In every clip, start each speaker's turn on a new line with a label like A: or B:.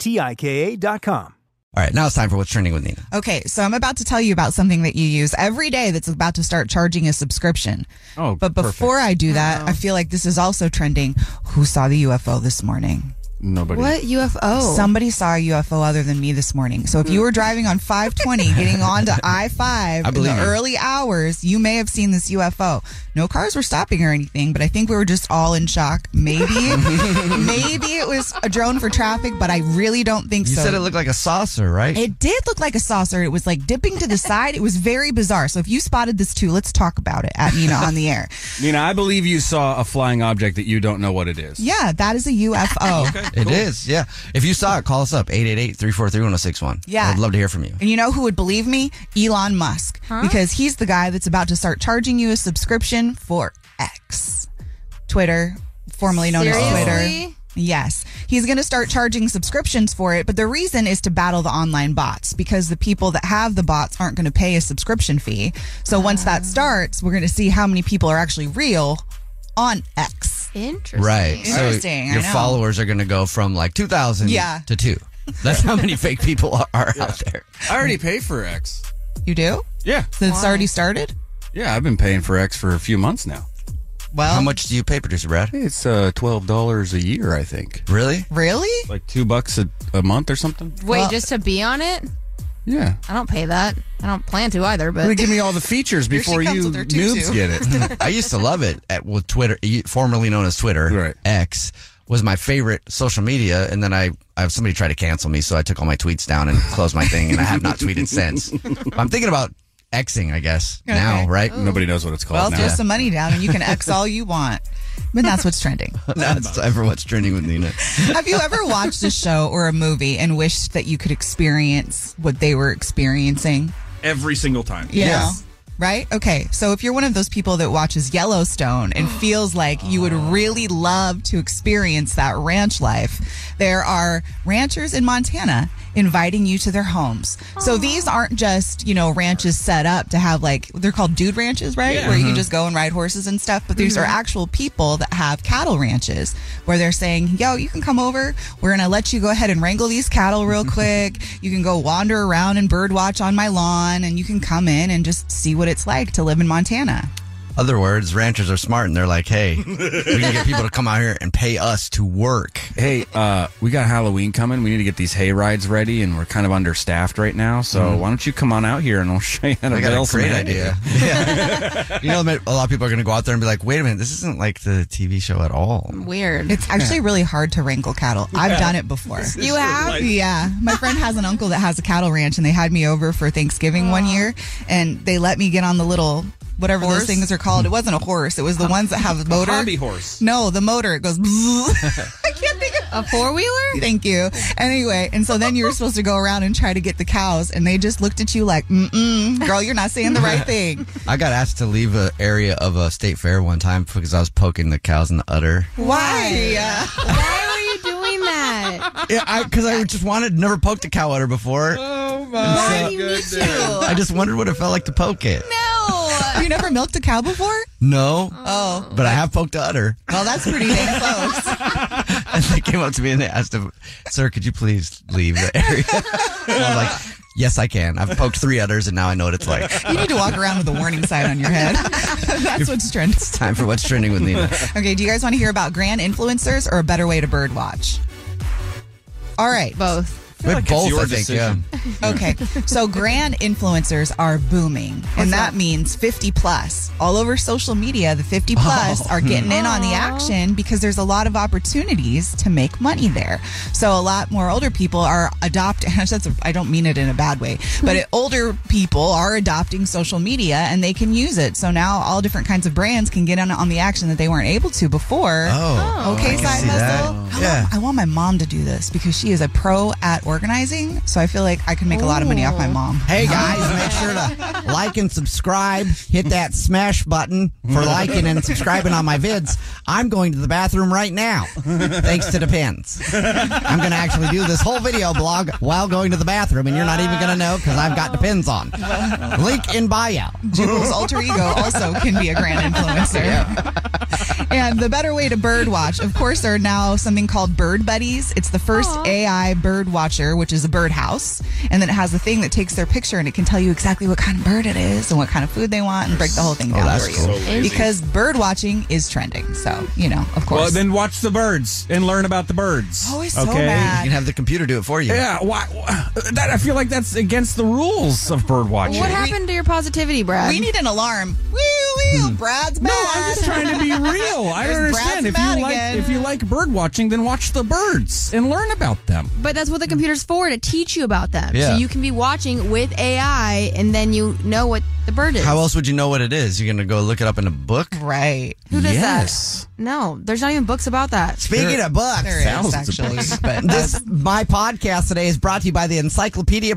A: T-I-K-A dot com.
B: All right, now it's time for what's trending with Nina.
C: Okay, so I'm about to tell you about something that you use every day that's about to start charging a subscription.
B: Oh,
C: But before I do that, I feel like this is also trending. Who saw the UFO this morning?
B: Nobody.
D: What UFO?
C: Somebody saw a UFO other than me this morning. So if you were driving on 520 getting onto I-5
B: I
C: in
B: believe
C: the
B: you.
C: early hours, you may have seen this UFO. No cars were stopping or anything, but I think we were just all in shock. Maybe maybe it was a drone for traffic, but I really don't think
B: You
C: so.
B: said it looked like a saucer, right?
C: It did look like a saucer. It was like dipping to the side. It was very bizarre. So if you spotted this too, let's talk about it at Nina on the air.
E: Nina, I believe you saw a flying object that you don't know what it is.
C: Yeah, that is a UFO.
B: It is, yeah. If you saw it, call us up 888-343-1061.
C: Yeah.
B: I'd love to hear from you.
C: And you know who would believe me? Elon Musk. Because he's the guy that's about to start charging you a subscription for X. Twitter, formerly known as Twitter.
D: Seriously?
C: Yes. He's going to start charging subscriptions for it, but the reason is to battle the online bots because the people that have the bots aren't going to pay a subscription fee. So once
D: Ah.
C: that starts, we're going to see how many people are actually real on X.
D: Interesting.
B: Right.
C: Interesting, I
B: So your
C: know.
B: followers are going to go from like 2,000
C: Yeah.
B: to 2. That's how many fake people are, are out there.
E: I already pay for X.
C: You do?
E: Yeah.
C: So it's already started?
E: Yeah, I've been paying for X for a few months now.
C: Well,
B: How much do you pay, producer Brad?
E: It's uh, $12 a year, I think.
B: Really?
C: really?
E: Like two bucks a, a month or something?
D: Wait,
C: Well-
D: just to be on it?
E: Yeah.
C: Oh,
D: I don't pay that. I don't plan to either,
E: They
D: but
E: give me all the features
C: Here she
E: before
C: comes
E: you
C: with her tutu.
E: noobs get it.
B: I used to love it at with Twitter, e, formerly known as Twitter.
E: Right.
B: X was my favorite social media, and then I, I somebody tried to cancel me, so I took all my tweets down and closed my thing, and I have not tweeted since. I'm thinking about Xing, I guess now, right?
E: Nobody knows what it's called
C: Oh. Well,
E: now.
C: throw some money down and you can X all you want. But that's what's trending.
B: Now it's time for what's trending with Nina.
C: Have you ever watched a show or a movie and wished that you could experience what they were experiencing?
F: every single time.
C: You know? Right? Okay. So if you're one of those people that watches Yellowstone and feels like you would really love to experience that ranch life, there are ranchers in Montana inviting you to their homes. So these aren't just, you know, ranches set up to have like, they're called dude ranches, right? Where you just go and ride horses and stuff. But these are actual people that have cattle ranches where they're saying, yo, you can come over. We're going to let you go ahead and wrangle these cattle real quick. you can go wander around and bird watch on my lawn and you can come in and just see what it's like to live in Montana.
B: Other words, ranchers are smart, and they're like, "Hey, we can get people to come out here and pay us to work."
E: Hey, uh, we got Halloween coming. We need to get these hay rides ready, and we're kind of understaffed right now. So why don't you come on out here and I'll show you how to
B: I got
E: build
B: a
E: some
B: great
E: hay.
B: idea. Yeah. you know, a lot of people are going to go out there and be like, "Wait a minute, this isn't like the TV show at all."
D: weird.
C: It's actually really hard to wrangle cattle. I've done it before.
D: You have?
C: Yeah. My friend has an uncle that has a cattle ranch and they had me over for Thanksgiving one year and they let me get on the little whatever those things are called. It wasn't a horse. It was the ones that have a motor.
E: Hobby horse.
C: No, the motor. It goes. I can't think of
D: A four wheeler?
C: Thank you. Anyway, and so then you were supposed to go around and try to get the cows, and they just looked at you like, mm-mm, girl, you're not saying the right thing.
B: I got asked to leave an area of a state fair one time because I was poking the cows in the udder.
C: Why?
D: Why were you doing that? Yeah, I because I just wanted never poked a cow udder before.
E: Oh
C: Why
E: my
C: do you need to?
D: I just wondered what it felt like to poke it.
C: No. You never milked a cow before?
D: No,
C: Oh.
D: but I have poked a udder.
C: Well, that's pretty dang close.
D: And they came up to me and they asked if, sir, could you please leave the area? And I'm like, yes, I can. I've poked three udders and now I know what it's like.
C: You need to walk around with a warning sign on your head. that's what's trending.
D: Time for what's trending with Nina.
C: Okay, do you guys want to hear about grand influencers or a better way to bird watch? All right.
G: Both.
D: With
E: like it's
D: both,
E: your
D: I think.
E: decision.
D: Yeah.
C: Okay. So grand influencers are booming. and that, means 50 plus. All over social media, the 50 plus are getting in on the action because there's a lot of opportunities to make money there. So a lot more older people are adopting that's a, I don't mean it in a bad way, but it, older people are adopting social media and they can use it. So now all different kinds of brands can get in on the action that they weren't able to before.
D: Oh.
C: Okay,
D: can
C: side
D: see that.
C: hustle. I,
D: Yeah.
C: want, I want my mom to do this because she is a pro at organizing. So I feel like I can make a lot of money off my mom.
D: Hey guys, make sure to like and subscribe. Hit that smash button for liking and subscribing on my vids. I'm going to the bathroom right now, thanks to Depends. I'm going to actually do this whole video blog while going to the bathroom, and you're not even going to know because I've got Depends on. Link in bio.
C: Jubal's alter ego also can be a grand influencer. and the better way to bird watch, of course, are now something called Bird Buddies. It's the first AI bird watcher, which is a bird house. And then it has a thing that takes their picture and it can tell you exactly what kind of bird it is and what kind of food they want and break the whole
E: Oh,
C: thing down for you. because bird watching is trending. So, you know, of course.
E: Well, then watch the birds and learn about the birds.
D: Oh,
C: Always so bad.
D: have the computer do it for you.
E: Yeah, why? That I feel like that's against the rules of bird watching.
G: What happened to your positivity, Brad?
C: We need an alarm. Woo, woo, Brad's back.
E: No, I'm just trying to be real. I don't
C: There's
E: understand.
C: Brad's
E: If
C: mad
E: you like
C: again.
E: if you like bird watching, then watch the birds and learn about them.
G: but that's what the computer's for to teach you about them.
D: Yeah.
G: So you can be watching with AI and then you know what the bird is.
D: How else would you know what it is? You're going to go look it up in a book?
C: Right.
G: Who does
E: yes.
G: that? No, there's not even books about that.
D: Speaking of books,
C: There is
E: Thousands of
C: actually. But uh,
D: This my podcast today is brought to you by the Encyclopedia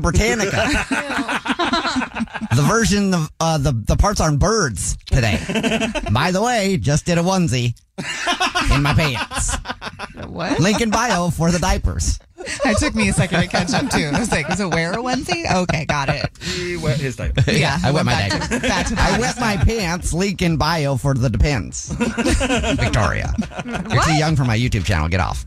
D: Britannica. the version of uh, the the parts on birds today. by the way, just did a onesie in my pants.
C: what?
D: Link in bio for the diapers.
C: It took me a second to catch up too. I was like, is it wear a onesie? Okay, got it.
E: He wet his diaper.
C: Yeah,
D: I wet
C: went
D: my
C: back
D: diaper.
C: to- back to
D: I
C: the-
D: wet my pants. Link in bio for the depends. Victoria, you're too young for my YouTube channel. Get off.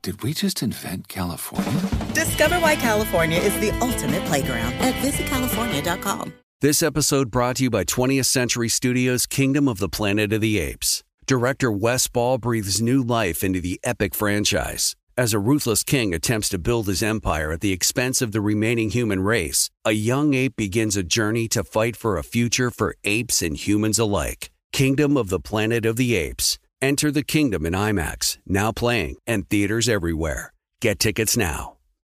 H: Did we just invent California?
I: Discover why California is the ultimate playground at visitcalifornia.com.
B: This episode brought to you by 20th Century Studios' Kingdom of the Planet of the Apes. Director Wes Ball breathes new life into the epic franchise. As a ruthless king attempts to build his empire at the expense of the remaining human race, a young ape begins a journey to fight for a future for apes and humans alike. Kingdom of the Planet of the Apes. Enter the kingdom in IMAX, now playing, and theaters everywhere. Get tickets now.